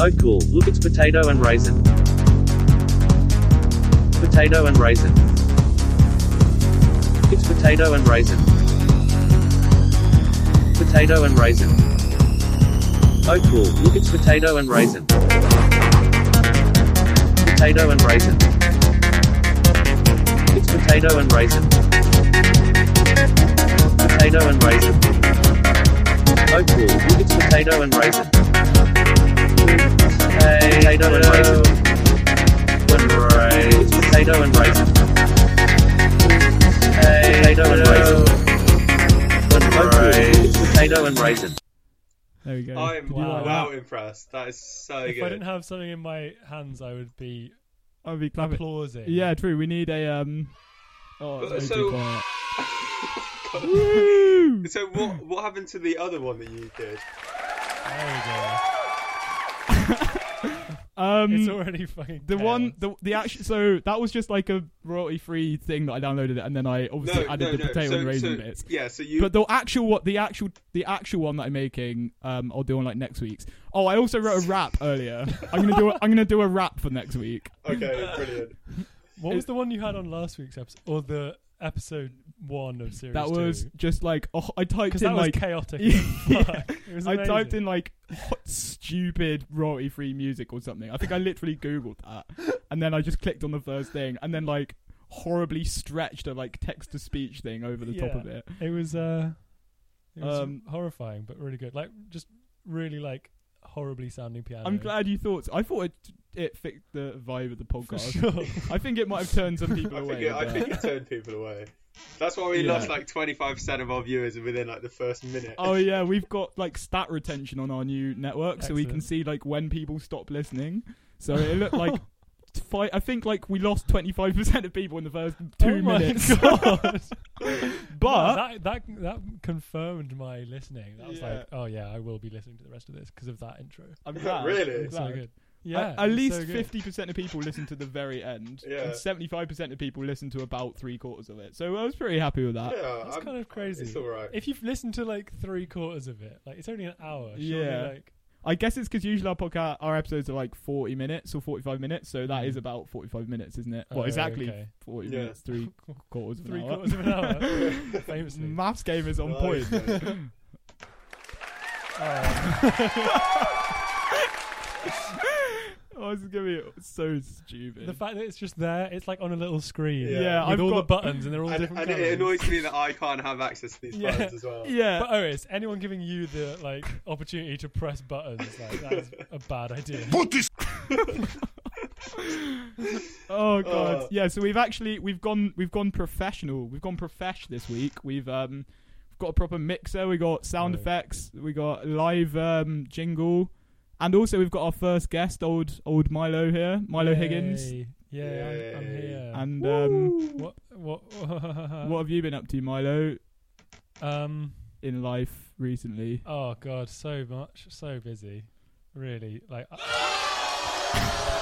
Oh cool, look it's potato and raisin. Potato and raisin. It's potato and raisin. Potato and raisin. Oh cool, look it's potato and raisin. Potato and raisin. It's potato and raisin. Potato and raisin. Oh cool, look it's potato and raisin. Potato and raisin. And raisin. It's potato and raisin. Potato and raisin. And oh cool, it's potato and raisin. There we go. I'm Did you like wow that? impressed. That is so If I good. didn't have something in my hands, I would be I would be clapping. applauding. Yeah, true. We need a um. Oh, it's Uh, way too so- quiet. God. so what what happened to the other one that you did? There Um, we go. It's already fucking. the one, chaos. the the action. So that was just like a royalty-free thing that I downloaded it, and then I No, obviously added no, the no. potato so, and so, raisin bits. Yeah, so you But the actual what the actual the actual one that I'm making, um, I'll do on like next week's. Oh, I also wrote a rap earlier. I'm gonna do a, I'm gonna do a rap for next week. Okay, brilliant. What was the one you had on last week's episode, or the episode one of series That two? was just like oh, I typed because in that was like chaotic. Yeah. as fuck. It was I typed amazing. in like hot, stupid royalty free music or something. I think I literally googled that, and then I just clicked on the first thing, and then like horribly stretched a like text to speech thing over the top Yeah. of it. It was uh, it was Um, horrifying, but really good. Like just really like horribly sounding piano. I'm glad you thought. I thought it, it fit the vibe of the For podcast. sure. I think it might have turned some people I away. think, it, I but- think it turned people away. That's why we Yeah. lost like 25% of our viewers within like the first minute. oh yeah, we've got like stat retention on our new network, so we can Excellent. see like when people stop listening. So it looked like. Five, I think like we lost twenty five percent of people in the first two Oh my minutes, God. but that, that that confirmed my listening. That was Yeah. like, oh yeah, I will be listening to the rest of this because of that intro. I'm glad. Really? I'm So glad. good. A- Yeah, at it's least so good. fifty percent of people listen to the very end, Yeah. and seventy-five percent of people listen to about three quarters of it. So I was pretty happy with that. yeah, That's I'm- kind of crazy. It's all right. If you've listened to like three quarters of it, like it's only an hour. Surely, Yeah. Like, I guess it's because usually our podcast, our episodes are like forty minutes or forty-five minutes, so that Mm. is about forty-five minutes, isn't it? oh, well, exactly okay. forty Yeah. minutes, three quarters of an Three hour. quarters of an hour. Famously. Maths game is on Nice. point. oh, this is gonna be so stupid. the fact that it's just there, it's like on a little screen. Yeah. Yeah, with I've all the got- buttons and they're all and different and it colours. annoys me that I can't have access to these Yeah. buttons as well. yeah, But oh, it's anyone giving you the like opportunity to press buttons. Like that's a bad idea. Oh god. Uh. yeah, so we've actually we've gone we've gone professional. We've gone profesh this week. We've um we've got a proper mixer, we got sound Right. effects, we got live um jingle. And also we've got our first guest, old old Milo here, Milo Higgins. Yay. Yeah, I'm, I'm Yay. here. And um what? What? what have you been up to, Milo, Um. in life recently? Oh God, so much, so busy. Really, like uh, I-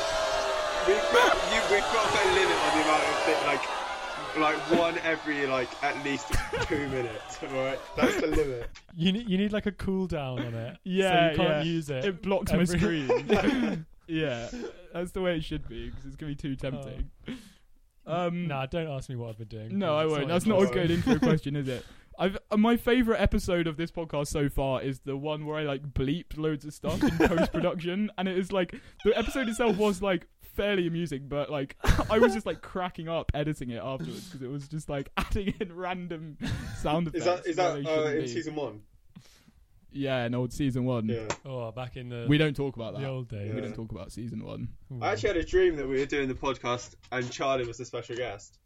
We've got, you, we've got to put a limit on the amount of things, like, like one every like at least two minutes. All right, that's the limit. you need you need like a cool down on it. Yeah, so you can't yeah. use it. It blocks my every- screen. yeah. That's the way it should be because it's going to be too tempting. um Uh. nah, don't ask me what I've been doing. No, I It's won't. That's not a interesting. good intro question, is it? I've uh, my favorite episode of this podcast so far is the one where I like bleep loads of stuff in post production, and it is like the episode itself was like fairly amusing, but like I was just like cracking up editing it afterwards because it was just like adding in random sound Is effects. that is where that they uh, shouldn't in be. season one? Yeah, in old season one. Yeah. Oh, back in the We don't talk about the that. old days. We Yeah. don't talk about season one. Ooh. I actually had a dream that we were doing the podcast and Charlie was the special guest.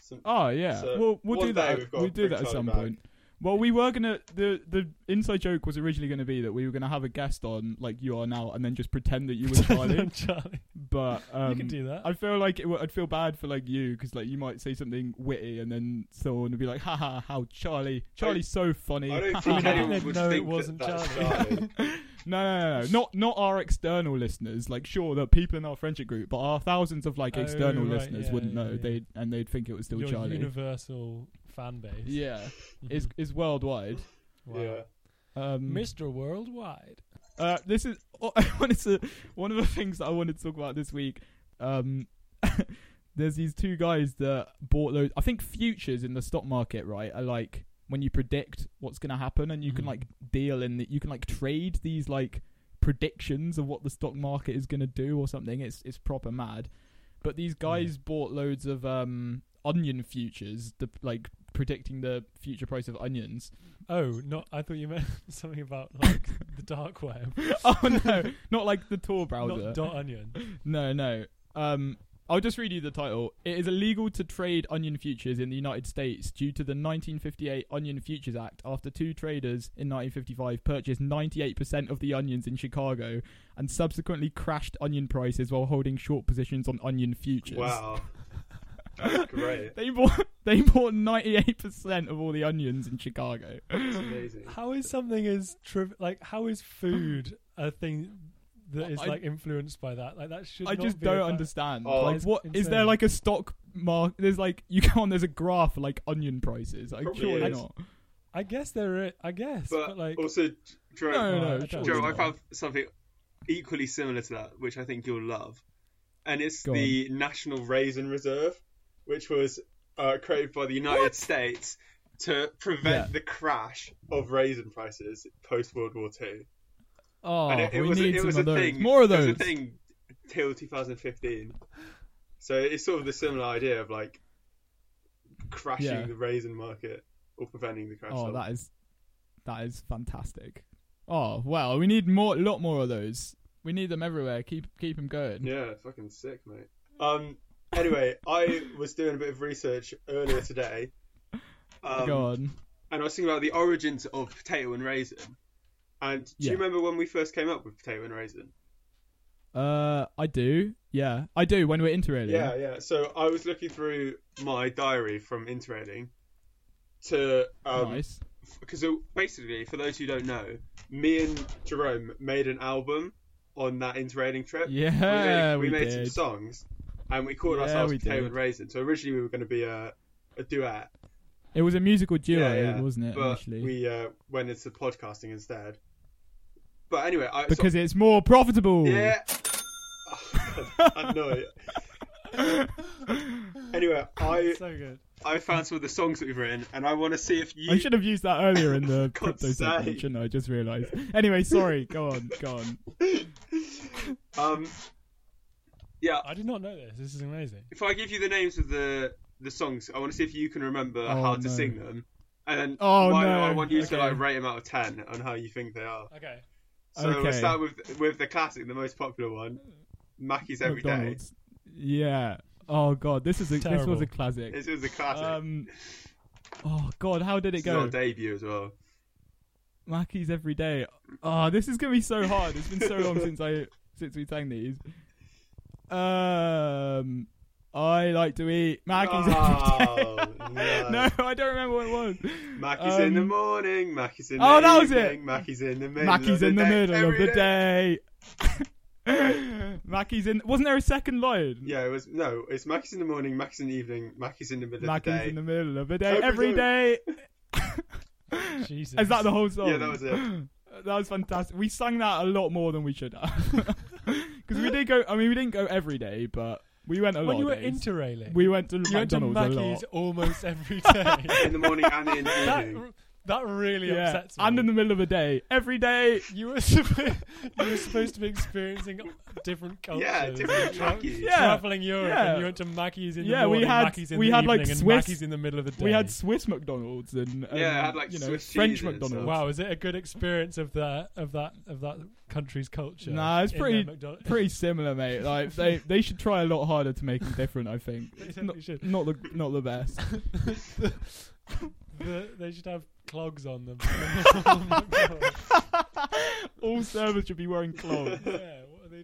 Some, Oh yeah. So, well, we'll one do day that. we've got We'll to do bring that at Charlie some back. point. Well, we were gonna the the inside joke was originally gonna be that we were gonna have a guest on like you are now, and then just pretend that you were Charlie. Charlie. but um, you can do that. I feel like it, would- I'd feel bad for like you because like you might say something witty, and then someone would be like, "Haha, how Charlie? Charlie's so funny." I don't Ha, think ha, ha." anyone They'd would know it think wasn't that that's Charlie. Charlie. No, no, no, no, not not our external listeners. Like, sure, the people in our friendship group, but our thousands of like Oh, external right, listeners yeah, wouldn't yeah, know. yeah. They and they'd think it was still Your Charlie. universal fan base. Mm-hmm. Yeah, is is worldwide. Wow. Yeah. Um, Mr. Worldwide. Uh, this is oh, I wanted to one of the things that I wanted to talk about this week. Um, there's these two guys that bought loads. I think futures in the stock market, right, are like when you predict what's going to happen, and you can Mhm. like deal in that. You can like trade these like predictions of what the stock market is going to do or something. It's it's proper mad. But these guys bought loads of um onion futures, the like predicting the future price of onions. Oh, not. I thought you meant something about like the dark web, oh no, not like the Tor browser. not dot onion. no, no. Um, I'll just read you the title. It is illegal to trade onion futures in the United States due to the 1958 Onion Futures Act after two traders in 1955 purchased 98% of the onions in Chicago and subsequently crashed onion prices while holding short positions on onion futures. Wow. That's great. They bought they bought 98% of all the onions in Chicago. That's amazing. How is something as triv- like how is food a thing that is I- like influenced by that? Like that should. I not just be a don't fact. understand. Oh, like, it's what is there insane. like a stock mark? There's like you go on. There's a graph for like onion prices. Like, Probably surely is. not. I guess there is. I guess, But, but, like also, Joe, No, no, no. I don't know. surely Joe, I not. found something equally similar to that, which I think you'll love, and it's Go the National Raisin Reserve, which was uh, created by the United States to prevent Yeah. the crash of raisin prices post World War Two. Oh, and it, it we was, need it some was of a those. thing. More of It those. was a thing till 2015. So it's sort of the similar idea of like crashing Yeah. the raisin market or preventing the crash. Oh, of- that is that is fantastic. Oh well, we need more, a lot more of those. We need them everywhere. Keep keep them going. Yeah, fucking sick, mate. Um. Anyway, I was doing a bit of research earlier today, um, Go on. and I was thinking about the origins of potato and raisin. And do Yeah. you remember when we first came up with potato and raisin? Uh, I do. Yeah, I do. When we're interrailing. Yeah, yeah. So I was looking through my diary from interrailing to um, nice. because basically, for those who don't know, me and Jerome made an album on that interrailing trip. Yeah, we we made, we made some did. songs, and we called Yeah, ourselves we Potato did. and Raisin. So originally we were going to be a, a duet, It was a musical duo, Yeah, yeah, wasn't it? but initially? we uh, went into podcasting instead. But anyway, I, so- because it's more profitable. yeah, I know it. Anyway, I so good. I found some of the songs that we've written, and I want to see if you I should have used that earlier in the God's crypto segment, sake. shouldn't I? I just realised. Anyway, sorry. Go on, go on. um yeah. I did not know this. This is amazing. If I give you the names of the the songs, I want to see if you can remember Oh, how to no. sing them, and then Oh, mine, no. I want you to Okay. like rate them out of ten on how you think they are. Okay. So Okay. we'll start with with the classic, the most popular one, Mackey's Every Day. McDonald's. Yeah. Oh god, this is a, this was Terrible. a classic. This is a classic. Um. Oh god, how did it it's our go? debut as well. Mackey's every day. Oh, this is gonna be so hard. It's been so long since I since we sang these. Um. I like to eat Mackey's Oh, every day. no. no, I don't remember what it was. Mackey's in the Um, morning, Mackey's in the oh, that was evening, it. Mackey's in the middle of Mackey's the in the day, middle of every the day. Mackey's in. Wasn't there a second line? Yeah, it was no. It's Mackey's in the morning, Mackey's in the evening, Mackey's in the middle of the Mackey's day. in the middle of the day. Every Every day. Jesus. Is that the whole song? Yeah, that was it. That was fantastic. We sang that a lot more than we should have. Because we did go. I mean, we didn't go every day, but we went a when lot. you were of days. interrailing? we went to you went to McDonald's a lot. Mackey's almost every day. in the morning and in the that evening. that really Yeah, upsets me. and in the middle of the day, every day. you were supposed you were supposed to be experiencing different cultures. Yeah, different Tra- Mackey's. Yeah. Traveling Europe, Yeah. and you went to Mackey's in the Yeah, we morning, had- Mackey's in we the had, evening, like, and Swiss- Mackey's in the middle of the day. We had Swiss McDonald's and, and Yeah, I had, like, you know Swiss French cheese in it and McDonald's. stuff. Wow, is it a good experience of that of that of that country's culture? Nah, it's in their pretty- McDonald- Pretty similar, mate. Like they, they should try a lot harder to make them different. I think They It's definitely not, should. not the not the best. the, they should have clogs on them. Oh All servers should be wearing clogs. yeah, what are they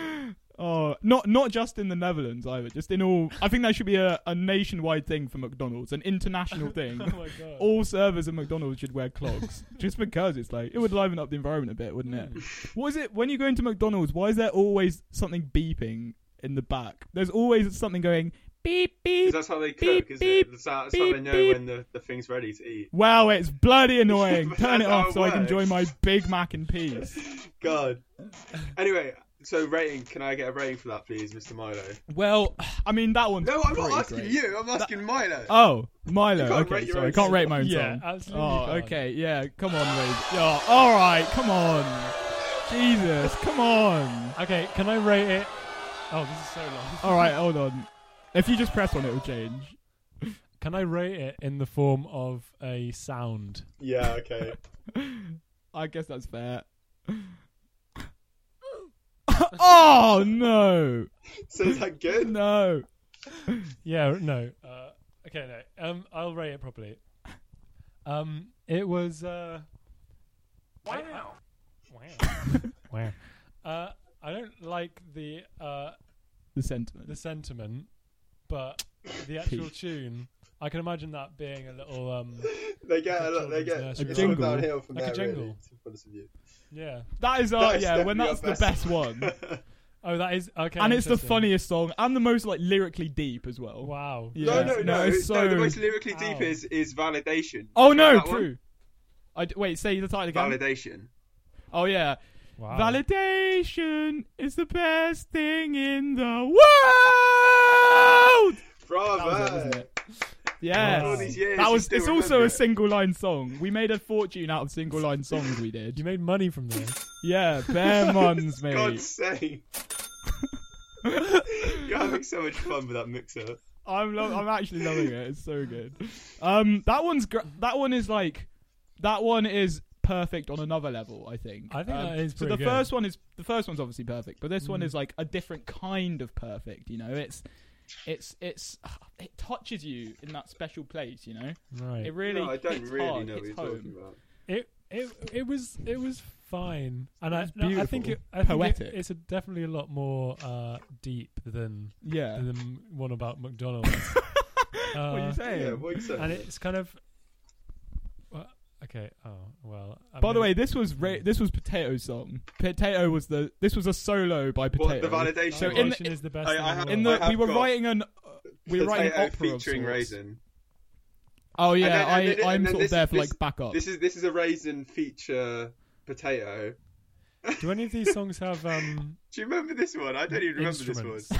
doing? oh, not not just in the Netherlands either. Just in all, I think that should be a, a nationwide thing for McDonald's, an international thing. Oh my god. all servers at McDonald's should wear clogs, just because it's like it would liven up the environment a bit, wouldn't it? Mm. What is it when you go into McDonald's? Why is there always something beeping in the back? There's always something going. beep beep. 'Cause that's how they Beep, cook, is beep, it? That's how, that's how they beep, know beep. when the, the thing's ready to eat. Wow, it's bloody annoying. But Turn it that's how off it so I can works. enjoy my Big Mac in peace. God. Anyway, so rating. Can I get a rating for that, please, Mr. Milo? Well, I mean that one's No, I'm pretty not asking great. you. I'm asking Milo. Oh, Milo. You can't okay, rate your sorry, I own can't song. rate my own Yeah, song. absolutely. Oh, fine. okay, yeah. Come on, Reed. Yeah, all right. Come on. Jesus, come on. Okay, can I rate it? Oh, this is so long. All right, hold on. If you just press on, it will change. Can I rate it in the form of a sound? Yeah. Okay. I guess that's fair. oh no, so is that good? no. Yeah, no. Uh, okay, no. Um, I'll rate it properly. Um, it was. Uh, wow. Wow. wow. Uh, I don't like the uh, The sentiment. the sentiment, but the actual Peak. tune. I can imagine that being a little. Um, They get a lot. They Children's get nursery it's all jingle. downhill from Like a there. really, jingle. to be honest with you. yeah. That is our That is Oh, yeah. When definitely that's the our best one, Oh, that is okay. and it's the interesting. funniest song and the most like lyrically deep as well. Wow. Yeah. No, no, no. No, No, it's so- the most lyrically deep Ow. is is validation. Oh no, That one? true. I d- wait. Say the title again. Validation. oh yeah, Wow. validation is the best thing in the world. Bravo. was it, wasn't it? Yeah, All these years, that you was. still It's also remember a it. single line song. We made a fortune out of single line songs. We You did. made money from this. Yeah, bare muns, mate. God's sake. You're having so much fun with that mixer. I'm lo- I'm actually loving it. It's so good. Um, that one's gr- that one is like that one is perfect on another level. I think. I think Um, that is so. pretty The good. first one is the first one's obviously perfect, but this one Mm. is like a different kind of perfect. You know, it's it's it's it touches you in that special place. You know, Right. it really. no, I don't hits really hard, know what hits you're home. talking about. It it it was it was fine, and I was no, I think beautiful. it, I think it- Poetic. it's a, definitely a lot more uh, deep than Yeah. than the one about McDonald's. uh, what are you saying? Yeah, what you said. and it's kind of well, okay. Oh well. I By the way, mean- this was ra- this was Potato's song. Potato was the this was a solo by Potato. What the validation? So in- one? Validation is the best. I- thing I in have- the in world. the I we have were got- writing an uh, we were writing an Potato opera of featuring sorts. raisin. Oh yeah, then- and I then- and I'm then sort of this- there for this- like backup. This is this is a raisin feature potato. Do any of these songs have um? Do you remember this one? I don't even remember this one. Instruments.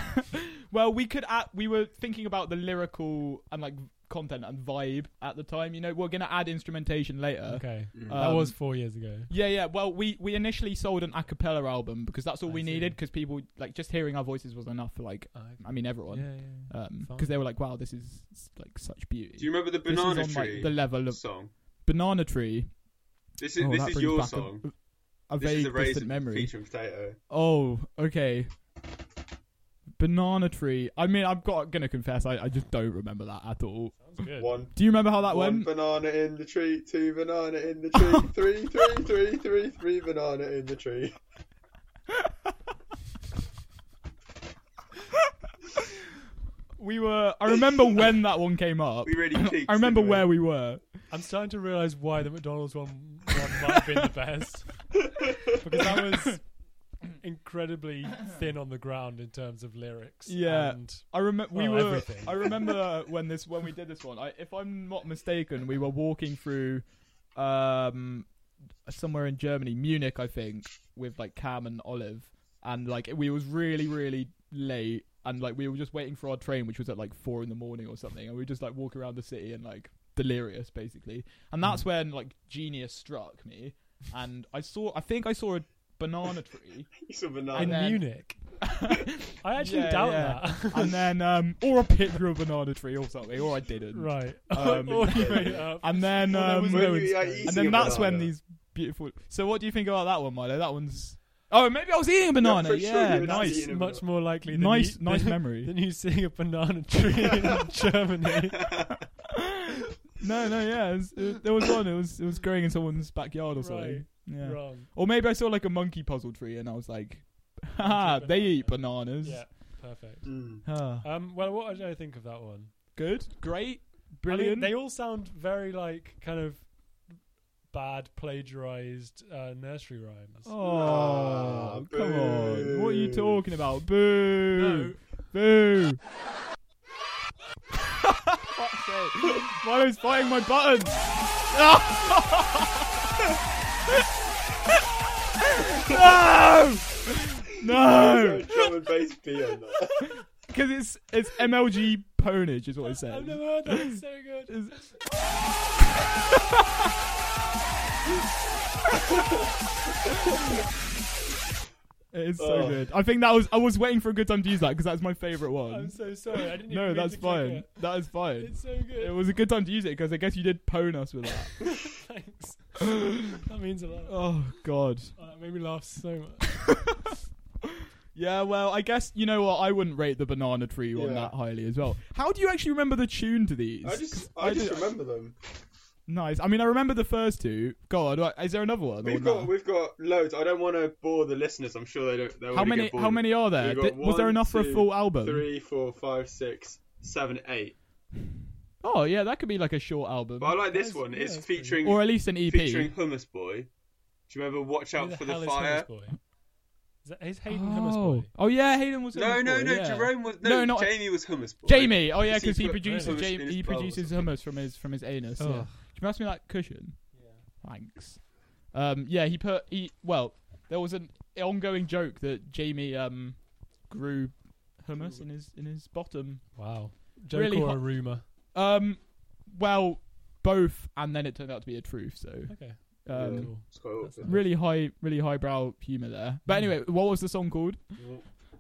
well, we could add, we were thinking about the lyrical and like content and vibe at the time. You know, we're gonna add instrumentation later. Okay, Mm. that was Um, four years ago. Yeah, yeah. Well, we we initially sold an a cappella album because that's all I we see. needed because people like just hearing our voices was enough for like Uh, I mean yeah, everyone. yeah. Um Fine. because they were like, wow, this is like such beauty. Do you remember the this is banana on tree like the level of song? banana tree. This is oh, this that is brings your back a- song. A, this is vague a distant raisin memory. featuring potato. Oh, okay. Banana tree. I mean, I'm got, gonna confess, I, I just don't remember that at all. Sounds good. One. Do you remember how that One went? banana in the tree, two banana in the tree, three, three, three, three, three banana in the tree. We were. I remember when that one came up. We really peaked. I remember didn't where we were. I'm starting to realize why the McDonald's one, one might have been the best because that was incredibly thin on the ground in terms of lyrics. Yeah. and I remember we Well, were. everything. I remember when this when we did this one. I, if I'm not mistaken, we were walking through, um, somewhere in Germany, Munich, I think, with like Cam and Olive, and like we was really really late, and like we were just waiting for our train, which was at like four in the morning or something, and we just like walk around the city and like delirious basically, and that's when like genius struck me, and I saw I think I saw a banana tree, It's a in And banana. then- Munich, I actually Yeah, doubt yeah. that. and then um or a picture of a banana tree or something, or I didn't. right, Um, or you made it up. And then, Well, there um, was Were you, no like, experience. eating and a then that's banana? when these beautiful. So, what do you think about that one, Milo? That one's. Oh, maybe I was eating a banana. for sure yeah, you were not nice, eating it's much more likely. Than nice, you, nice than, memory. than you seeing a banana tree in Germany. no, no, yeah, it was, it- there was one. It was it was growing in someone's backyard or something. Yeah. Wrong. Or maybe I saw like a monkey puzzle tree, and I was like, "Ha! they eat bananas." Yeah, perfect. Mm. Ah, Um, well, what did I think of that one? good, great, I mean, brilliant. they all sound very like kind of bad plagiarized uh, nursery rhymes. Oh, Ah, come on! What are you boo. talking about? Boo! No, Boo! sake. Milo's fighting my buttons. no! No! Drum and bass beat on that. Because it's it's MLG ponage is what it says. I've never heard that. It's so good. It's- It is so Oh. good. I think that was I was waiting for a good time to use that because that's my favorite I'm one. so sorry. I didn't even No, mean that's to click fine. it. That is fine. It's so good. It was a good time to use it because I guess you did pwn us with that. Thanks. that means a lot. Oh, oh god. that made me laugh so much. Yeah, well, I guess you know what. I wouldn't rate the banana tree one Yeah. that highly as well. How do you actually remember the tune to these? I just, 'Cause I just do- remember them. nice. I mean, I remember the first two. God, right, is there another one? or We've no? got, we've got loads. I don't want to bore the listeners. I'm sure they don't. They how many? How many are there? We've got Did- was there one, enough for a two, full album? Three, four, five, six, seven, eight. Oh yeah, that could be like a short album, But I like this That's- one. yeah, It's that's pretty good. featuring or at least an E EP. featuring Hummus Boy. Do you remember Watch Who Out the for the hell is Fire? Hummus Boy? Is that is Hayden Hummus oh. Boy? oh yeah, Hayden was. No, Hummus no, Boy, no. yeah. Jerome was no. No, not- Jamie was Hummus Boy. Jamie. Oh yeah, Because he's because he put produces. hummus Jam- in his he bowl or produces something. hummus from his from his anus. Oh. Yeah. Do you pass me that cushion? Thanks. Um, yeah, he put he well, there was an ongoing joke that Jamie um grew hummus in his in his bottom. Wow. Joke Really or hot- a rumor? Um, well, both, and then it turned out to be a truth. So Okay. um, cool. It's quite awkward. really high, really highbrow humor there. But Hmm. anyway, what was the song called?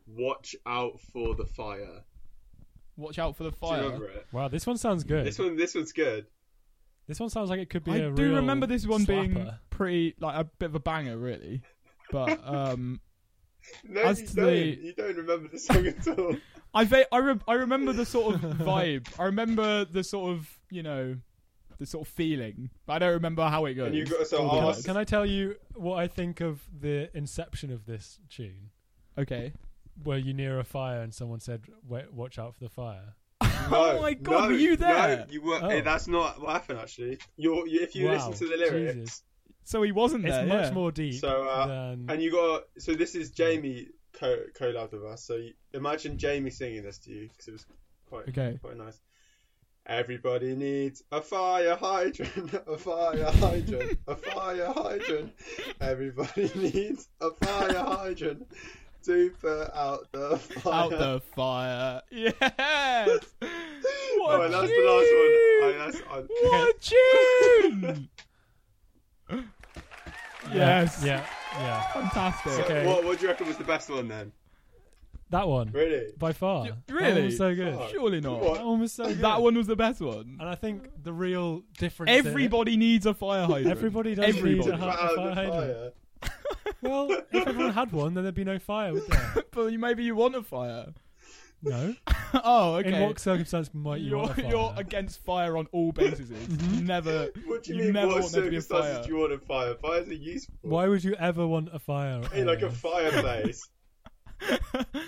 Watch Out for the Fire. Watch out for the Do you fire. remember it? Wow, this one sounds good. This one, this one's good. This one sounds like it could be I a do real remember this one being slapper. pretty like a bit of a banger, really. But um, No, As you to don't. the- You don't remember the song at all. I ve- I, re- I remember the sort of vibe. I remember the sort of you know, the sort of feeling. But I don't remember how it goes. And you got so All Can I, the asked. can I tell you what I think of the inception of this tune? time. Okay. Were you near a fire and someone said, Wait, "Watch out for the fire"? oh No, my god, no, were you there? No, you were. Oh. eh, that's not what happened actually. You're, you, if you Wow, listen to the lyrics, Jesus. So he wasn't It's there. much yeah. more deep So, uh, than and you got. So this is Jamie co collabed with us. So you, imagine Jamie singing this to you because it was quite Okay. quite nice. Everybody needs a fire hydrant, a fire hydrant, a fire hydrant. Everybody needs a fire hydrant to put out the fire. Out the fire. Yes. What oh, a and that's the last tune! one. Oh, that's, I, What a tune! yes. yeah, yeah. Fantastic. So Okay. What, what do you reckon was the best one then? That one Really? by far. Y- that one really? was so good. Fuck. Surely not. What? That one was so good. That one was the best one. And I think the real difference. in it- Everybody needs a fire hydrant. Everybody does Everybody. need a, hu- a Out of fire the hydrant. fire. Well, if everyone had one, then there'd be no fire, would there? But you- maybe you want a fire. No. oh, okay. In what circumstance might you you're want a fire? Mm-hmm. you're against fire on all bases. You never. What do you, You mean? never what want there to be a circumstances fire. do you want a fire? Fires are useful. Why would you ever want a fire? In like a Elias? fireplace.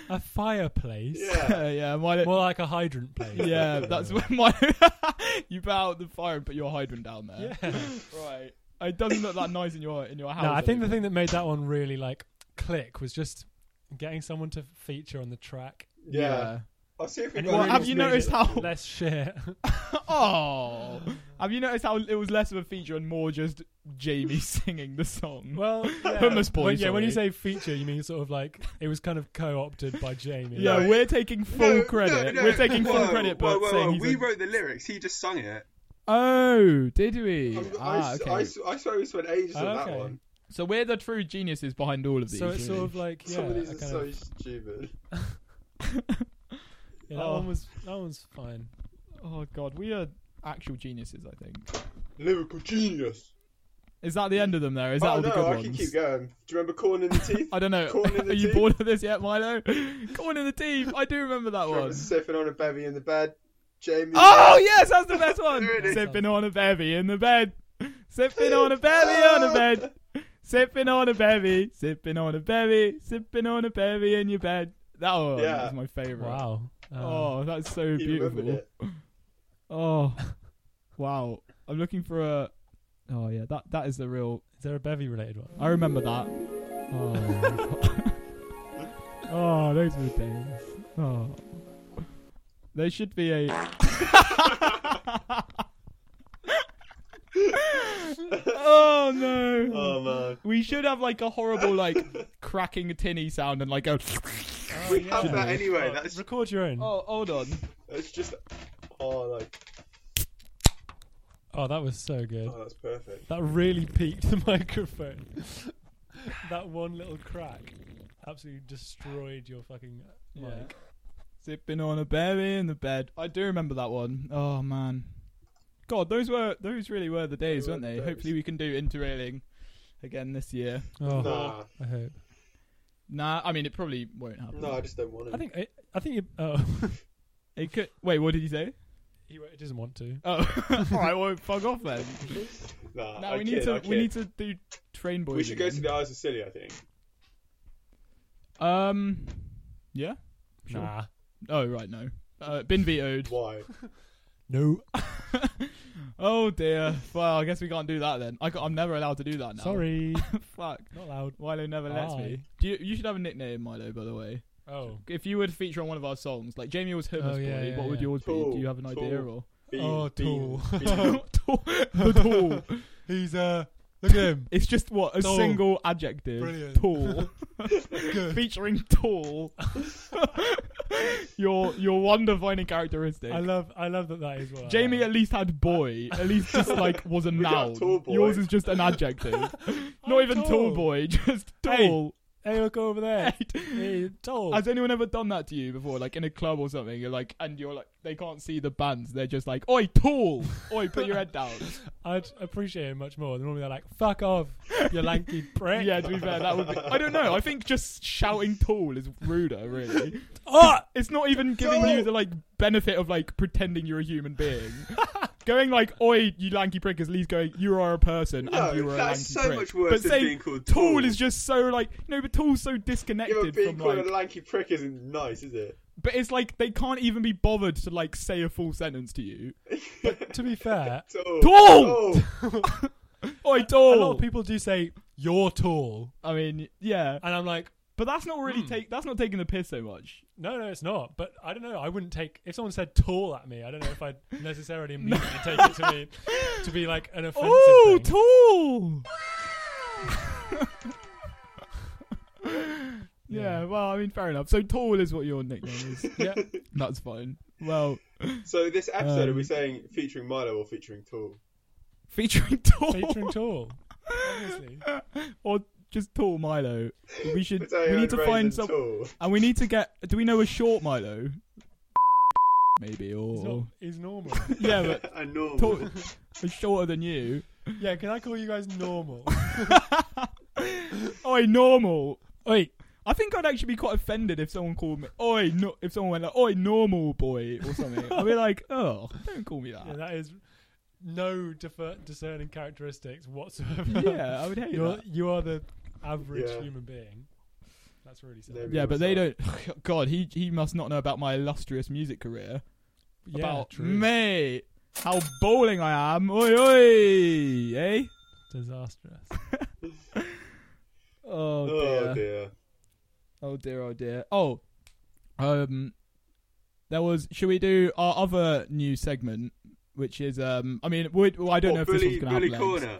a fireplace. yeah. yeah, mine. More like a hydrant place. yeah, that's when my. you put out the fire and put your hydrant down there. Yeah. Right. It doesn't look that nice in your in your house. No, I think the anyway. thing that made that one really like click was just getting someone to feature on the track. yeah, I'll see if we And got it Well, really have just you made noticed it how- less shit? Oh, have you noticed how it was less of a feature and more just Jamie singing the song? well, yeah. Hummus boy, When, yeah, when you sorry. say feature, you mean sort of like it was kind of co-opted by Jamie. yeah, Like, we're taking full No, credit. no, no. We're taking full Whoa, credit, whoa, but whoa, saying whoa. he's we a- wrote the lyrics. He just sung it. Oh, did we? I'm- ah, I, s- okay. Ah, I s- I swear we spent ages on that Okay. one. So we're the true geniuses behind all of these. so it's sort really. of like yeah, Some of these a are kind so of- stupid. yeah, that Oh. one was that one's fine. oh god, we are actual geniuses. I think. Lyrical genius. Is that the end of them? There is that oh all no, the good I ones. can keep going. Do you remember Corn in the Teeth? I don't know. Corn in the Are you teeth. bored of this yet, Milo? Corn in the teeth. I do remember that Do you remember one. sipping on a bevy in the bed? Jamie. Oh yes, that's the best one. There it is. Sipping on a bevy in the bed. Sipping on a bevy on a bed. Sipping on a bevy. Sipping on a bevy. Sipping on a bevy in your bed. That one Yeah. is my favorite. Wow. Uh, Oh, that's so He remembered beautiful. it. Oh, wow. I'm looking for a. Oh yeah, that that is the real. Is there a bevy related one? I remember that. Oh, oh those were days. Oh, there should be a. oh no. Oh man. We should have like a horrible like cracking tinny sound and like a. Oh, We have yeah. that anyway. Oh, That's Record your own. Oh, Oh, hold on. that's just oh like that was so good. oh that's perfect. That really peaked the microphone. that one little crack absolutely destroyed your fucking mic. Yeah. Sipping on a berry in the bed. I do remember that one. Oh man. God, those were those really were the days, They were weren't the they? days. Hopefully we can do interrailing again this year. Oh, Nah, I hope. Nah, I mean it probably won't happen. no, I just don't want to. I think. I, I think. It, oh, It could. Wait, what did you say? he wrote- he doesn't want to. Oh, all right. Well, fuck off then. Nah, No, I we need kid, I to. kid. We need to do train boys. We should go to again. the Isles of Scilly, I think. Um. Yeah. Sure. Nah. Oh right, no. Uh, been vetoed. Why? No. Oh dear. Well, I guess we can't do that then. I am never allowed to do that now. Sorry. Fuck. Not loud. Milo never lets Aye. me. Do you, you should have a nickname, Milo, by the way. Oh. If you would feature on one of our songs, like Jamie was Hummus Oh, yeah, Boy, yeah, what would yeah. yours be? Do Tool, you have an idea or? Bean, Oh, bean, tool. bean. the tall. He's uh. Look at him. It's just what a Tall. single adjective. Brilliant. Tall. Good. featuring tall. your your one defining characteristic. I love. I love that that is what. I Jamie am. at least had boy. At least just like was a got noun. tall boy. Yours is just an adjective. Not I'm even tall. boy, just Hey. tall. Hey, look over there. Right. hey, tall. Has anyone ever done that to you before, like in a club or something? You're like, and you're like, they can't see the bands. They're just like, "Oi, tall! Oi, put your head down." I'd appreciate it much more. Normally they're like, "Fuck off, you lanky prick." yeah, to be fair, that would be. I don't know. I think just shouting "tall" is ruder, really. Oh, It's not even giving you the like benefit of like pretending you're a human being. going like, "Oi, you lanky prick," is at least going, "You are a person No, and you are a lanky that's so prick." much worse but than saying being called tall, tall. is just so like no, but tall's so Yeah, but disconnected being from called like. a lanky prick isn't nice, is it? But it's like they can't even be bothered to like say a full sentence to you. to be fair, Tall. Tall! Tall. Oi, a tall. lot of people do say "you're tall," I mean, yeah, and I'm like, but that's not really Hmm. take. That's not taking the piss so much. "No, no, it's not." But I don't know. I wouldn't take if someone said "tall" at me. I don't know if I'd necessarily immediately take it to mean to be like an offensive Oh, thing. tall. yeah, Yeah. Well, I mean, fair enough. So tall is what your nickname is. yeah, that's fine. Well, So this episode, are Um, we saying featuring Milo or featuring Tall? featuring tall Featuring tall, obviously. or just tall Milo. We should. Potato we need and to raisin find some. Tall. And we need to get. Do we know a short Milo? Maybe He's, not, or he's normal. yeah, but A normal. tall, shorter than you. yeah, can I call you guys normal? Oi, normal. Wait, I think I'd actually be quite offended if someone called me. Oi, no, if someone went like, "Oi, normal boy" or something. I'd be like, "Oh, don't call me yeah, that." that is no differ- discerning characteristics whatsoever. Yeah, I would hate You're, that. you are the average Yeah. human being. That's really sad. Maybe. Yeah, but they don't. God, he he must not know about my illustrious music career. Yeah, about true. me, how bowling I am. Oi, oi, eh? Disastrous. Oh Oh dear. dear. Oh dear, oh dear. Oh, um, there was. Should we do our other new segment, which is um? I mean, would, well, I don't What, know if bully, this one's gonna bully happen. next. corner.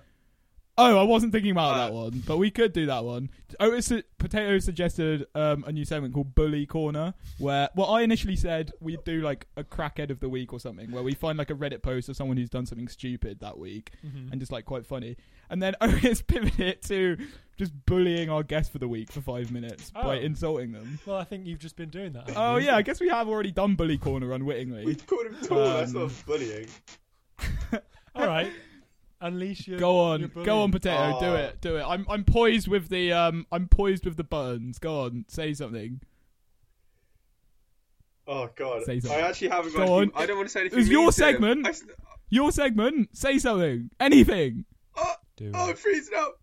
Oh, I wasn't thinking about Oh. that one, but we could do that one. Oh, it's a, potato suggested um a new segment called Bully Corner, where well, I initially said we'd do like a crackhead of the week or something, where we find like a Reddit post of someone who's done something stupid that week, Mhm. and just like quite funny. And then Otis pivoted it to just bullying our guest for the week for five minutes by Oh. insulting them. Well, I think you've just been doing that. haven't Oh you? yeah, I guess we have already done bully corner We unwittingly. called him tall. that's Um, not bullying. All right. Unleash your. Go on, your go on, bullying. potato, do Oh. it, do it. I'm I'm poised with the um I'm poised with the buttons. Go on, say something. Oh god. Say something. I actually haven't Go got. anything- on. I don't want to say anything. was your mean to him. segment. I s- Your segment, say something, anything. Oh, Do oh, I'm it. freezing up.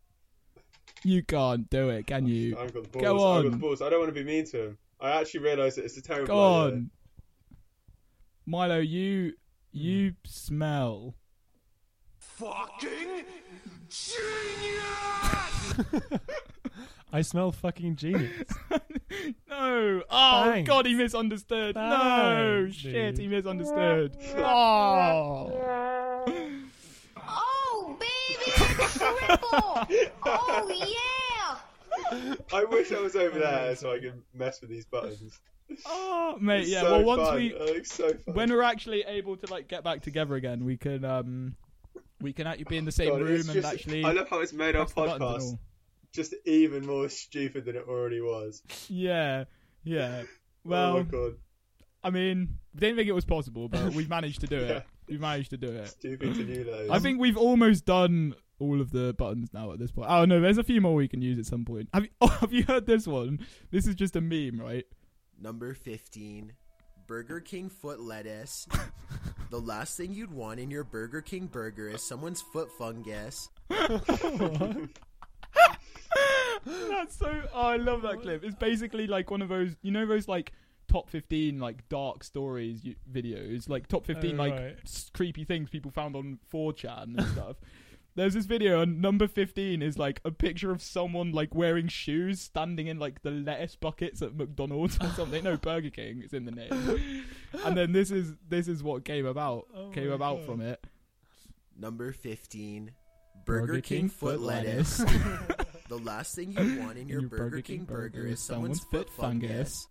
You can't do it, can I you? haven't got the balls. I Go haven't on. got the balls. I don't want to be mean to him. I actually realised that it's a terrible Go idea. on, Milo. You you Hmm. smell. I smell fucking genius. No. Oh Thanks. god, he misunderstood. No. Thanks, Shit, dude. he misunderstood. Oh. Oh, baby, triple! oh, yeah! I wish I was over there so I could mess with these buttons. Oh, mate. It's Yeah. so well, once fun. we It looks so fun. when we're actually able to like get back together again, we can um we can actually be in the same God, room it's and just- actually I love how it's made our press the buttons and podcast all. just even more stupid than it already was. Yeah. Yeah. oh my Well, god, I mean, we didn't think it was possible, but we managed to do Yeah. it. We managed to do it. stupid to new lows. I think we've almost done all of the buttons now at this point. Oh no, there's a few more we can use at some point. Have you, oh, have you heard this one? This is just a meme, right? Number 15 Burger King foot lettuce. the last thing you'd want in your Burger King burger is someone's foot fungus. That's so. Oh, I love that clip. It's basically like one of those, you know, those like top 15 like dark stories you, videos, like top 15 Oh, like right. s- creepy things people found on 4chan and stuff. There's this video, and number 15 is like a picture of someone like wearing shoes standing in like the lettuce buckets at McDonald's or something. no, Burger King. It's in the name. and then this is this is what came about Oh came my about God. from it. Number 15 Burger, King, foot lettuce. the last thing you'd want in your, Burger, King, burger is someone's foot fungus.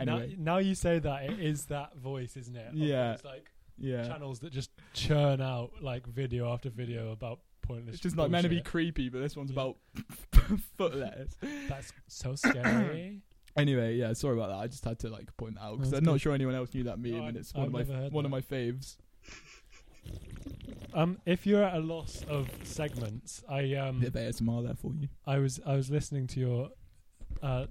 anyway, now, now you say that it is that voice, isn't it? Of Yeah. these, like yeah. channels that just churn out like video after video about pointless. It's just not meant to be bullshit. creepy, but this one's Yeah. about foot lettuce. That's so scary. Anyway, yeah, sorry about that. I just had to like point that out because That's I'm not good. sure anyone else knew that meme, I- and it's one I've of my never heard one of that. my faves. um, if you're at a loss of segments, I um, Bit of ASMR there for you. I was I was listening to your uh,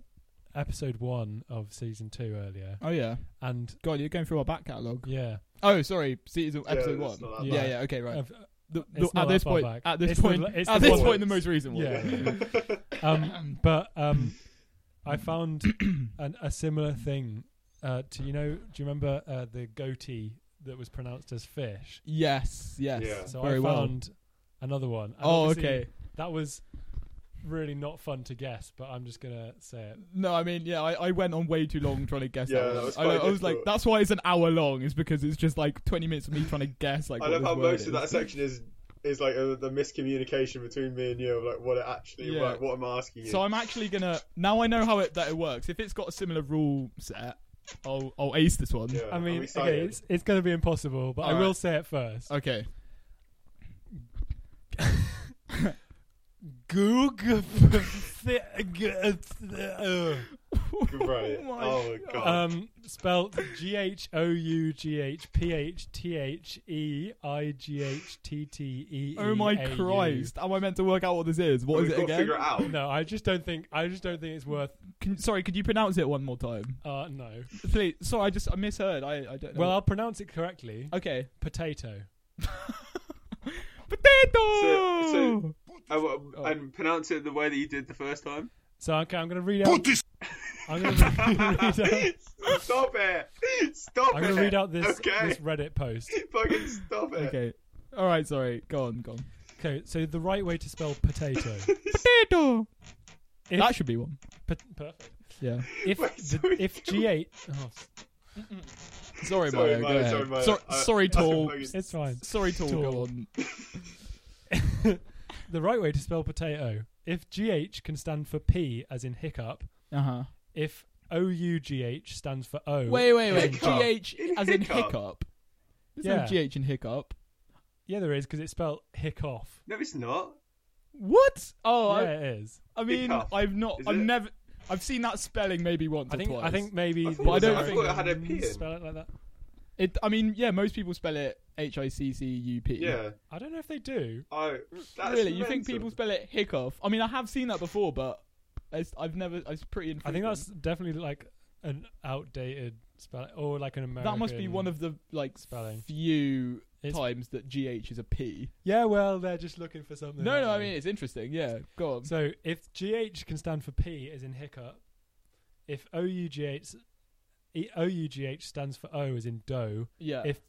episode one of season two earlier, Oh yeah, and God, you're going through our back catalog. yeah, Oh, sorry, season Yeah, episode that's one. not that Yeah, bad. yeah, okay, right. I've- The- the- it's not at that this far point, back. at this It's the- point, it's at the this one point, the most that's- recent one. yeah. um, but um, I found an, a similar thing. Uh, to you know, do you remember uh, the goatee that was pronounced as fish? Yes, yes, Yeah. So very I well. found another one. And Oh, obviously okay. That was really not fun to guess, but I'm just gonna say it. No, I mean, yeah, I, I went on way too long trying to guess. Yeah, that, that one. was I, quite I was like, difficult. that's why it's an hour long. Is because it's just like 20 minutes of me trying to guess. Like, I what love this how word most is. of that section is is like uh, the miscommunication between me and you of like what it actually Yeah. like what I'm asking you. So I'm actually gonna now I know how it that it works. If it's got a similar rule set, I'll I'll ace this one. yeah, I I'm mean, excited. okay, it's, it's gonna be impossible, but I All will right. Uh, say it first. Okay. Goog. Right. Oh my god. um, spelt G H O U G H P H T H E I G H T T E. E Oh my A U. Christ! Am I meant to work out what this is? What We've is it got to again? figure it out. No, I just don't think. I just don't think it's worth. Can, sorry, could you pronounce it one more time? Uh, no. Please. Sorry, I just I misheard. I I don't know. Well, I'll pronounce it correctly. okay. Potato. Potato. So- so- I w- Oh. And pronounce it the way that you did the first time. So okay, I'm gonna read out. I'm gonna read out. Stop it! Stop I'm it! gonna read out this Okay. this Reddit post. Fucking stop it. okay. All right. Sorry. Go on. Go on. Okay, so the right way to spell potato. Potato. If- That should be one. P- perfect. Yeah. If Wait, the, sorry, if can we- G eight, oh, Sorry, Sorry, Mario. Mario, go ahead. sorry, Mario. Sor- I- sorry, I Tall. fucking- it's fine. Sorry, Tall. Go Tall. on. The right way to spell potato. If G H can stand for P as in hiccup. Uh huh. If O U G H stands for O. Wait, wait, wait. Hiccup. GH as in Hiccup. hiccup. There's Yeah. no GH in hiccup. Yeah, there is because it's spelled hick off. No, it's not. What? Oh, yeah, it is. I, I mean, Hiccup. I've not, Is I've it? never, I've seen that spelling maybe once I think or twice. I think maybe. I thought But I it- don't I think- thought it had a P in. spell it like that. it. I mean, yeah, most people spell it H I C C U P. Yeah. I don't know if they do. Oh, that's really? You think mental. people spell it hiccup? I mean, I have seen that before, but it's, I've never. It's pretty. I Infrequent. think that's definitely like an outdated spell or like an American. that must be one of the like spelling. few It's- times that GH is a P. Yeah, well, they're just looking for something. No, aren't no. I they? mean, it's interesting. Yeah, go on. So if GH can stand for P as in hiccup, if OUGH E- OUGH stands for O as in dough, yeah. if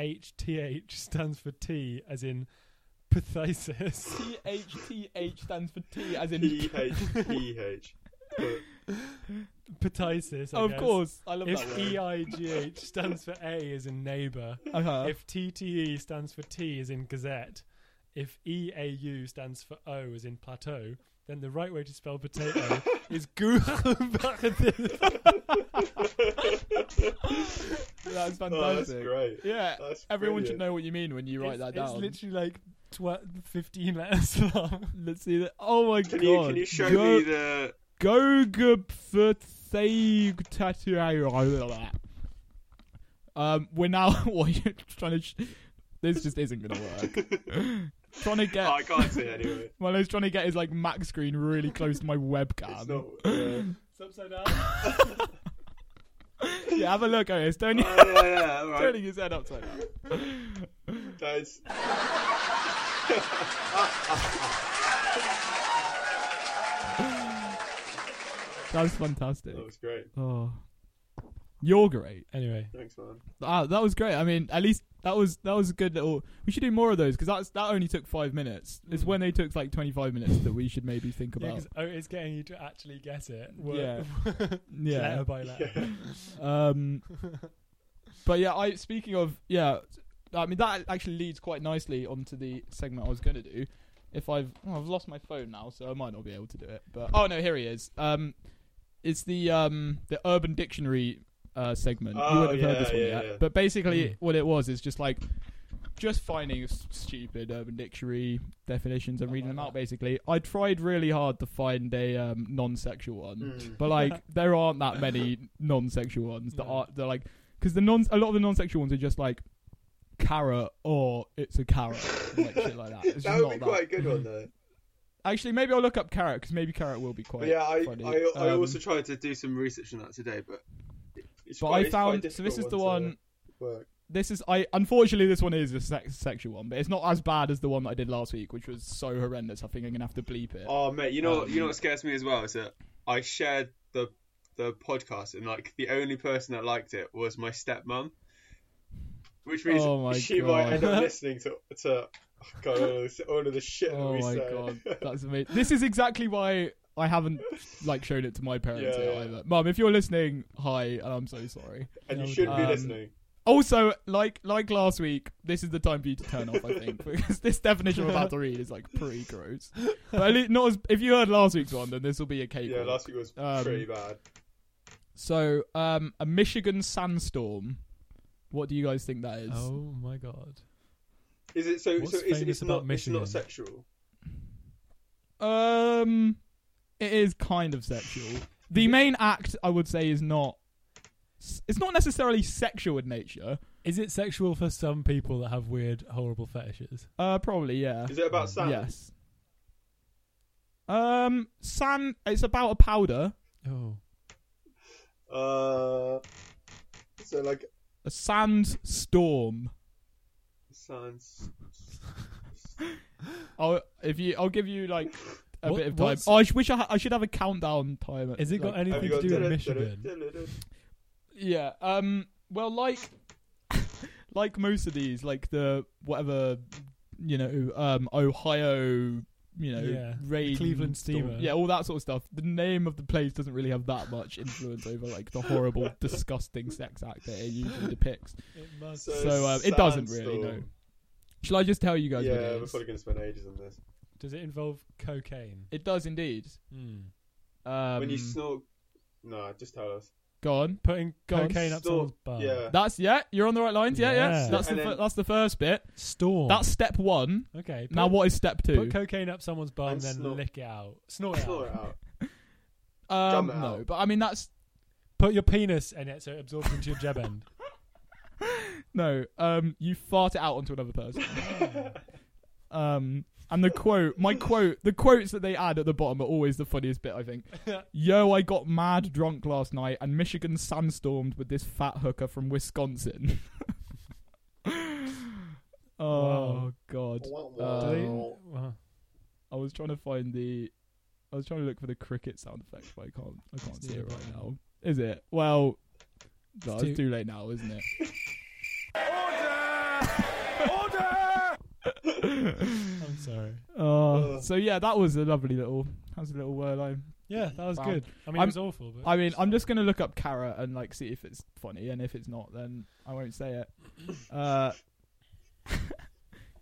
PHTH stands for T as in phthisis, T H T H stands for T, as in P H P H. Ptisis. I of guess. course, I love If that E word. I G H stands for A is in neighbour, Uh-huh. if T T E stands for T is in gazette, if E A U stands for O is in plateau, then the right way to spell potato is Gourbardin. that's Oh, that's fantastic. great. yeah, That's everyone brilliant. should know what you mean when you write it's, that down. It's literally like tw- 15 letters long. Let's see that. Oh my Can god! you, can you show Go- me the Gogupfutseigtatuayla. Um, we're now what you're trying to. Sh- this just isn't gonna work. trying to get Oh, I can't see anyway. what I was trying to get is like Mac screen really close to my webcam. It's not. yeah. It's upside down. Yeah, have a look at this. Don't you? Oh, yeah, yeah, all right. Turning his head upside down. That's- That's fantastic. that was great. Oh, you're great. Anyway, Thanks, man. Ah, that was great. I mean, at least that was that was a good little. We should do more of those because that's that only took five minutes. It's when they took like twenty five minutes that we should maybe think yeah, about. 'cause O is getting you to actually get it. Yeah. Word, Yeah. letter by letter. Yeah. Um. but yeah, I speaking of yeah, I mean that actually leads quite nicely onto the segment I was gonna do. If I've oh, I've lost my phone now, so I might not be able to do it. But oh no, here he is. Um, it's the um the Urban Dictionary uh segment. you Oh, wouldn't have heard yeah, this one yeah, yet. yeah. But basically, Mm. what it was is just like just finding s- stupid Urban Dictionary definitions and reading them out. Basically, I tried really hard to find a um, non-sexual one, Mm. but like there aren't that many non-sexual ones that No. are they're like because the non a lot of the non-sexual ones are just like carrot or it's a carrot like shit like that. It's just That would not be that. quite a good one, though. Actually, maybe I'll look up carrot because maybe carrot will be But quite. yeah, I, funny. I, I Um, also tried to do some research on that today, but it's But quite, I it's quite found a so this is difficult the one. to work. This is I unfortunately this one is a sex, sexual one, but it's not as bad as the one that I did last week, which was so horrendous. I think I'm gonna have to bleep it. Oh mate, you know Um, you know what scares me as well is that I shared the the podcast and like the only person that liked it was my stepmom, which means Oh, my she might end God. up listening to to oh, God, all, of this, all of the shit Oh that we my say. god, that's amazing. This is exactly why I haven't like shown it to my parents Yeah, yet yeah. either. Mum, if you're listening, hi, and I'm so sorry. and No, you shouldn't um, be listening. Also, like like last week, this is the time for you to turn off. I think because this definition I'm about to read is like pretty gross. But at least not as if you heard last week's one, then this will be a cake. Yeah, one. last week was um, pretty bad. So, um, a Michigan sandstorm. What do you guys think that is? Oh my god. Is it so? what's So is, famous it's about not it's Michigan? not sexual. Um, it is kind of sexual. The main act, I would say, is not. It's not necessarily sexual in nature. Is it sexual for some people that have weird, horrible fetishes? Uh, probably yeah. Is it about sand? Yes. Um, sand. It's about a powder, Oh. Uh, so like a sand storm. sounds. I'll if you. I'll give you like a What- bit of time. what's- Oh, I sh- wish I, ha- I should have a countdown time. Has it like, got anything to do with Michigan? Yeah. Um. Well, like, like most of these, like the whatever, you know, um, Ohio, you know, Yeah, the rain, Cleveland storm- Steamer. yeah, all that sort of stuff. The name of the place doesn't really have that much influence over like the horrible, disgusting sex act that it usually depicts. It must. So, um, it doesn't really, no. sandstorm. Shall I just tell you guys Yeah, what we're it is? probably going to spend ages on this. Does it involve cocaine? It does indeed. Um, when you snort, no, just tell us. go on. Putting Go on. cocaine up Snort, someone's butt. yeah. That's yeah. You're on the right lines. Yeah, yeah. Yeah. That's the And fir- then- that's the first bit. Storm. That's step one. okay. Put, Now what is step two? Put cocaine up someone's butt and And then snort. lick it out. Snort it Snort it out. out. Um, Come no, out. but I mean that's Put your penis in it so it absorbs into your jeb end. No, um, you fart it out onto another person. um, and the quote, my quote, the quotes that they add at the bottom are always the funniest bit, I think. Yo, I got mad drunk last night and Michigan sandstormed with this fat hooker from Wisconsin. oh Wow. God, Do they- Um, Wow. I was trying to find the, I was trying to look for the cricket sound effect, but I can't, I can't It's see near it the right now. bottom. Is it? Well, no, it's, too- too late now, isn't it? I'm sorry. Oh, Ugh. Uh, Uh. so yeah, that was a lovely little How's a little word I'm Yeah, that was Wow. good. I mean, I'm- it was awful, but I mean, I'm just gonna look up carrot and like see if it's funny, and if it's not, then I won't say it. Uh,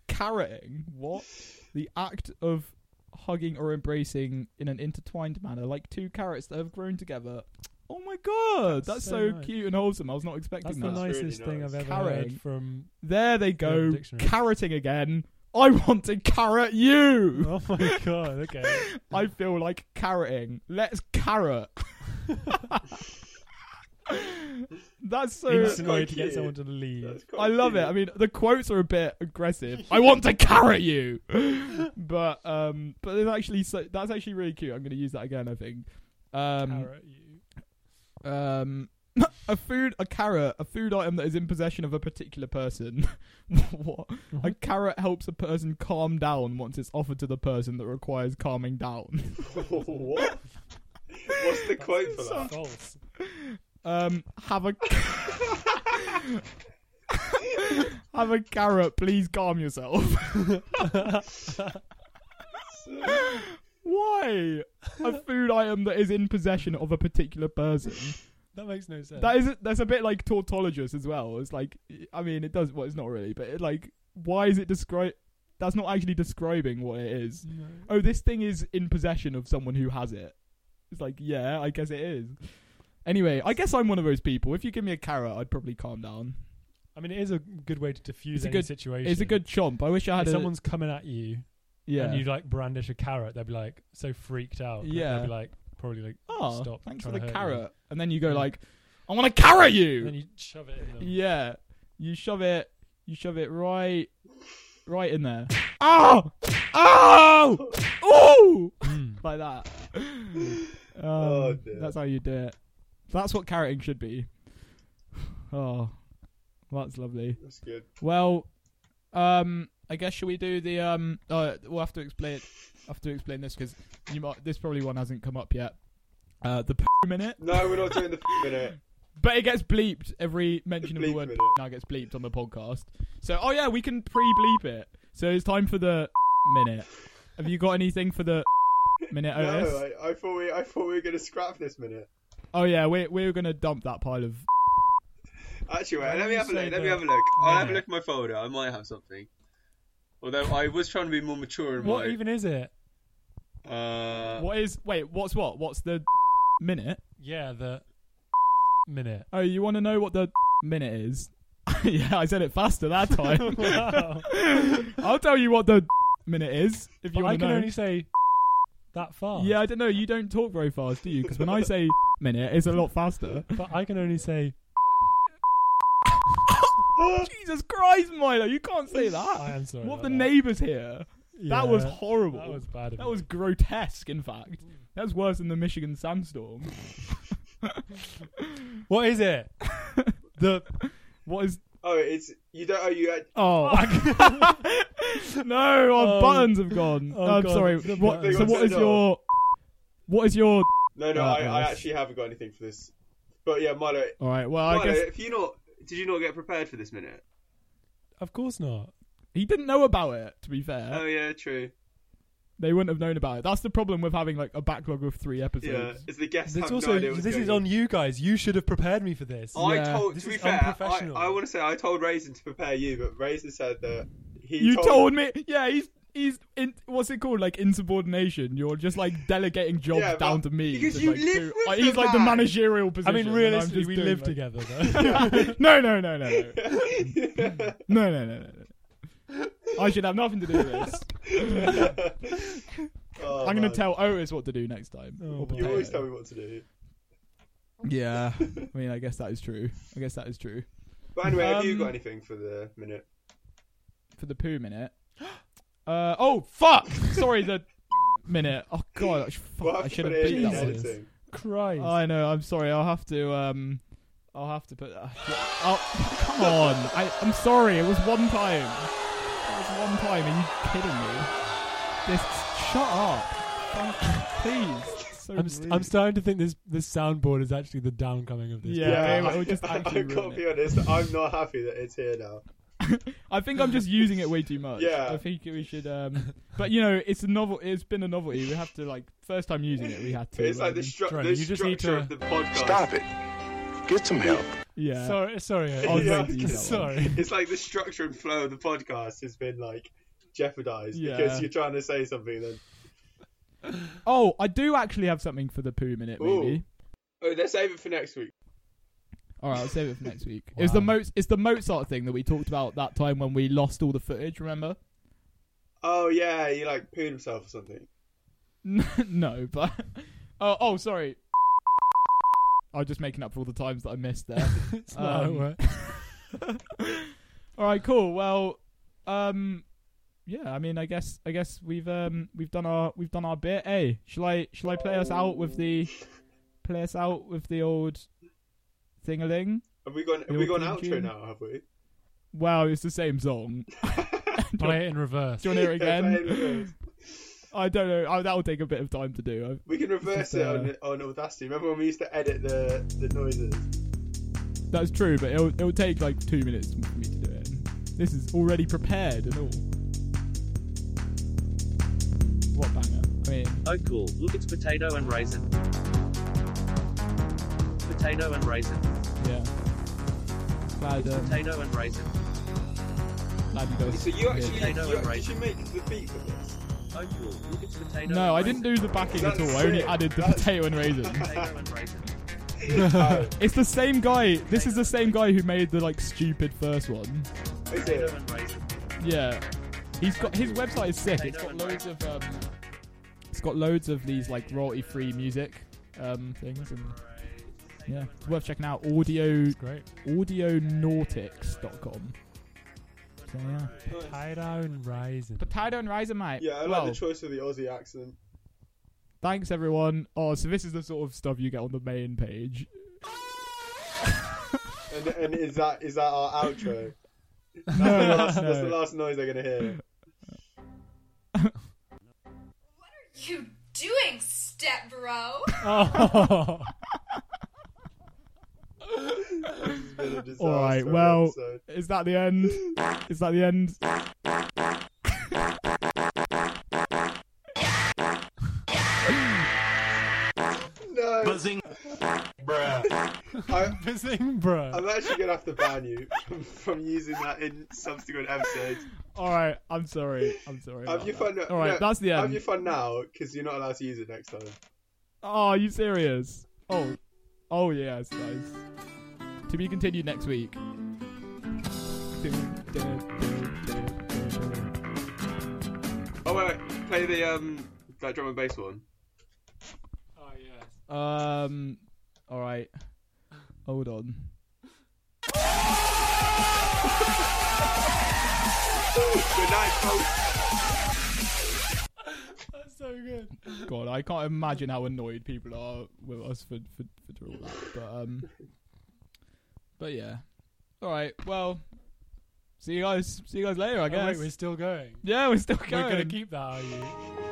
carroting, what? The act of hugging or embracing in an intertwined manner, like two carrots that have grown together. Oh my god, That's that's, so so, nice. cute and wholesome. I was not that's expecting the that. nice- nicest really thing nice. I've ever Carroting. heard from. There they go, dictionary. carroting again. I want to carrot you. Oh my god! Okay. I feel like carroting. Let's carrot. That's so. Instant quite way to get cute. someone to leave. That's quite I love it. cute. I mean, the quotes are a bit aggressive. I want to carrot you, but um, but it's actually so that's actually really cute. I'm going to use that again. I think. Um, Carrot you. um, a food, a carrot, a food item that is in possession of a particular person. what? A carrot helps a person calm down once it's offered to the person that requires calming down. what? What's the quote for that? False. Um, have a have a carrot. Please calm yourself. Why? A food item that is in possession of a particular person. That makes no sense. That is that's a bit like tautologist as well. It's like I mean it does well it's not really, but it like why is it describe that's not actually describing what it is. No. Oh, this thing is in possession of someone who has it. It's like, yeah, I guess it is. Anyway, I guess I'm one of those people. If you give me a carrot, I'd probably calm down. I mean, it is a good way to diffuse It's a any good- situation. It's a good chomp. I wish I If had a, someone's coming at you yeah. and you like brandish a carrot, they'd be like so freaked out. that Yeah. They'd be like probably like oh, stop. thanks for trying the to hurt you." carrot. And then you go Yeah. like, I want to carrot you. And then you shove it in them. Yeah, you shove it, you shove it right, right in there. Oh, oh, oh, Mm. like that. Um, Hmm. Oh, dear. That's how you do it. That's what carroting should be. Oh, that's lovely. That's good. Well, um, I guess should we do the um? Uh, we'll have to explain. I have to explain this because you might. This probably one hasn't come up yet. Uh, the poo minute, No, we're not doing the f- minute. but it gets bleeped every mention The of the bleep word. minute. now gets bleeped on the podcast. So, oh yeah, we can pre-bleep it. So it's time for the minute. Have you got anything for the minute, Otis? No, I, I thought we, I thought we were gonna scrap this minute. Oh yeah, we we were gonna dump that pile of. Actually, Why wait, let don't me you have a say look. Let me the have a look. I'll have a minute? look at my folder. I might have something. Although I was trying to be more mature in What my. even is it? Uh, What is? Wait, what's what? What's the minute? Yeah, the minute. Oh, you want to know what the minute is? yeah, I said it faster that time. wow. I'll tell you what the minute is if you But I want to can know. only say that fast. Yeah, I don't know. You don't talk very fast, do you? Because when I say minute, it's a lot faster. But I can only say Jesus Christ, Milo, you can't say I that. am sorry. What if about the that. neighbours here? Yeah, That was horrible. That was bad. of That me. was grotesque. In fact, that was worse than the Michigan sandstorm. What is it? the What is? oh, it's you don't. Oh, you had Oh no, our Oh. buttons have gone. Oh, I'm God. sorry. The What, buttons. so what is They got your? What is your? no, no. Uh, I, I nice. actually haven't got anything for this. But yeah, Milo. All right. Well, I Milo, guess if you not, did you not get prepared for this minute? Of course not. he didn't know about it. To be fair, Uh, Oh yeah, true. they wouldn't have known about it. That's the problem with having like a backlog of three Yeah, episodes. it's the guests It's have also no idea what's this going is on you guys. You should have prepared me for this. I Yeah. told. This to be is fair, I, unprofessional. I want to say I told Raisin to prepare you, but Raisin said that he. you told, me. Yeah, he's he's in, what's it called? Like insubordination. You're just like delegating jobs Yeah, but- down to me. because to, you like, live do- with uh, the He's like the man. managerial I position. mean, and I'm realistically, just we doing, live like- together though. no, no, no, no, no. me. No, no, no, no, no. I should have nothing to do with this. Oh, I'm going man. to tell Otis what to do next time. Oh, Or wow. You always potato. tell me what to do. Yeah. I mean, I guess that is true. I guess that is true. But anyway, have you Um, got anything for the minute? For the poo minute. Uh, oh, fuck! Sorry, the minute. Oh, God. I sh- We'll Fuck, have I to should have put it beat in that the Jesus. one. editing. Christ. I know. I'm sorry. I'll have to. Um, I'll have to put. Uh, oh, come on! I, I'm sorry. It was one time. It was one time. Are you kidding me? This. Shut up! Fuck, Please. It's So I'm, st- I'm rude. starting to think this this soundboard is actually the downcoming of this. Yeah, podcast. it would just I, actually can't ruin be honest. I'm not happy that it's here now. I think I'm just using it way too much. Yeah. I think we should. Um, but you know, it's a novel. It's been a novelty. We have to like first time using it. We had to. It's like the, um, stru- Drone, the you just structure need to- of the podcast. Stop it. Get some help. yeah. Uh, Sorry, sorry, I'll Ed. Yeah. rent you that one. sorry. It's like the structure and flow of the podcast has been like jeopardized Yeah. because you're trying to say something. Then Oh, I do actually have something for the poo minute. Maybe. oh, let's save it for next week. All right, I'll save it for next week. It's the Mo- It's the Mozart thing that we talked about that time when we lost all the footage. Remember? Oh yeah, he like pooed himself or something. no, but oh, oh, sorry. I'm just making up for all the times that I missed there. It's not how it Um, works. all right, cool. Well, um, yeah. I mean, I guess I guess we've um we've done our we've done our bit. Hey, shall I shall I play us out with the play us out with the old thingaling? Have we got have Your we got an theme outro tune? now? Have we? Wow, it's the same song. Play it in reverse. Do you want to hear it Yeah, play it in again? reverse. I don't know. Oh, that'll take a bit of time to do. We can reverse Just, it uh, on, on Audacity. Remember when we used to edit the the noises? That's true, but it'll it'll take like two minutes for me to do it. This is already prepared and all. What banger? I mean, Oh, cool. Look, it's potato and raisin. Potato and raisin. yeah. Glad, uh, Potato and raisin. glad you guys. So you actually Potato and you actually raisin. make the beat for this. Oh, cool. Look, it's potato. No, I and didn't do the backing at all. That's I only sick. added the That's- potato and raisin. raisin. Potato and raisin. Oh, It's the same guy. This is the same guy who made the like stupid first one. is Potato it? and raisin. Yeah, he's got his website is sick. It's got loads of um, it's got loads of these like royalty free music um things and yeah, it's worth checking out. Audio Great. audionautics.com. So yeah, Nice. Tie down rising. potato and riser, mate. Yeah, I like well, the choice of the Aussie accent. thanks everyone. Oh, so this is the sort of stuff you get on the main page. And, and is that is that our outro? That's the No, no, last- That's the no. last noise they're gonna hear. You doing, step bro? Oh. This has been a disaster All right, of an well- episode. Is that the end? Is that the end? no, Buzzing. I, Fizzing, bro. I'm actually gonna have to ban you from, from using that in subsequent episodes. All right, I'm sorry. I'm sorry. Have about your that. fun. now- All right, no, that's the Have end. your fun now, because you're not allowed to use it next time. oh, are you serious? Oh, oh yes, nice. To be continued next week. Oh wait, wait, play the um that drum and bass one. Oh, yes. Um. All right. Hold on. Good night, folks. That's so good. Oh, God, I can't imagine how annoyed people are with us for for, for doing all that. But um. But yeah. All right. Well. See you guys. See you guys later. I Oh, guess. wait, we're still going. yeah, we're still going. We're going to keep that, are you?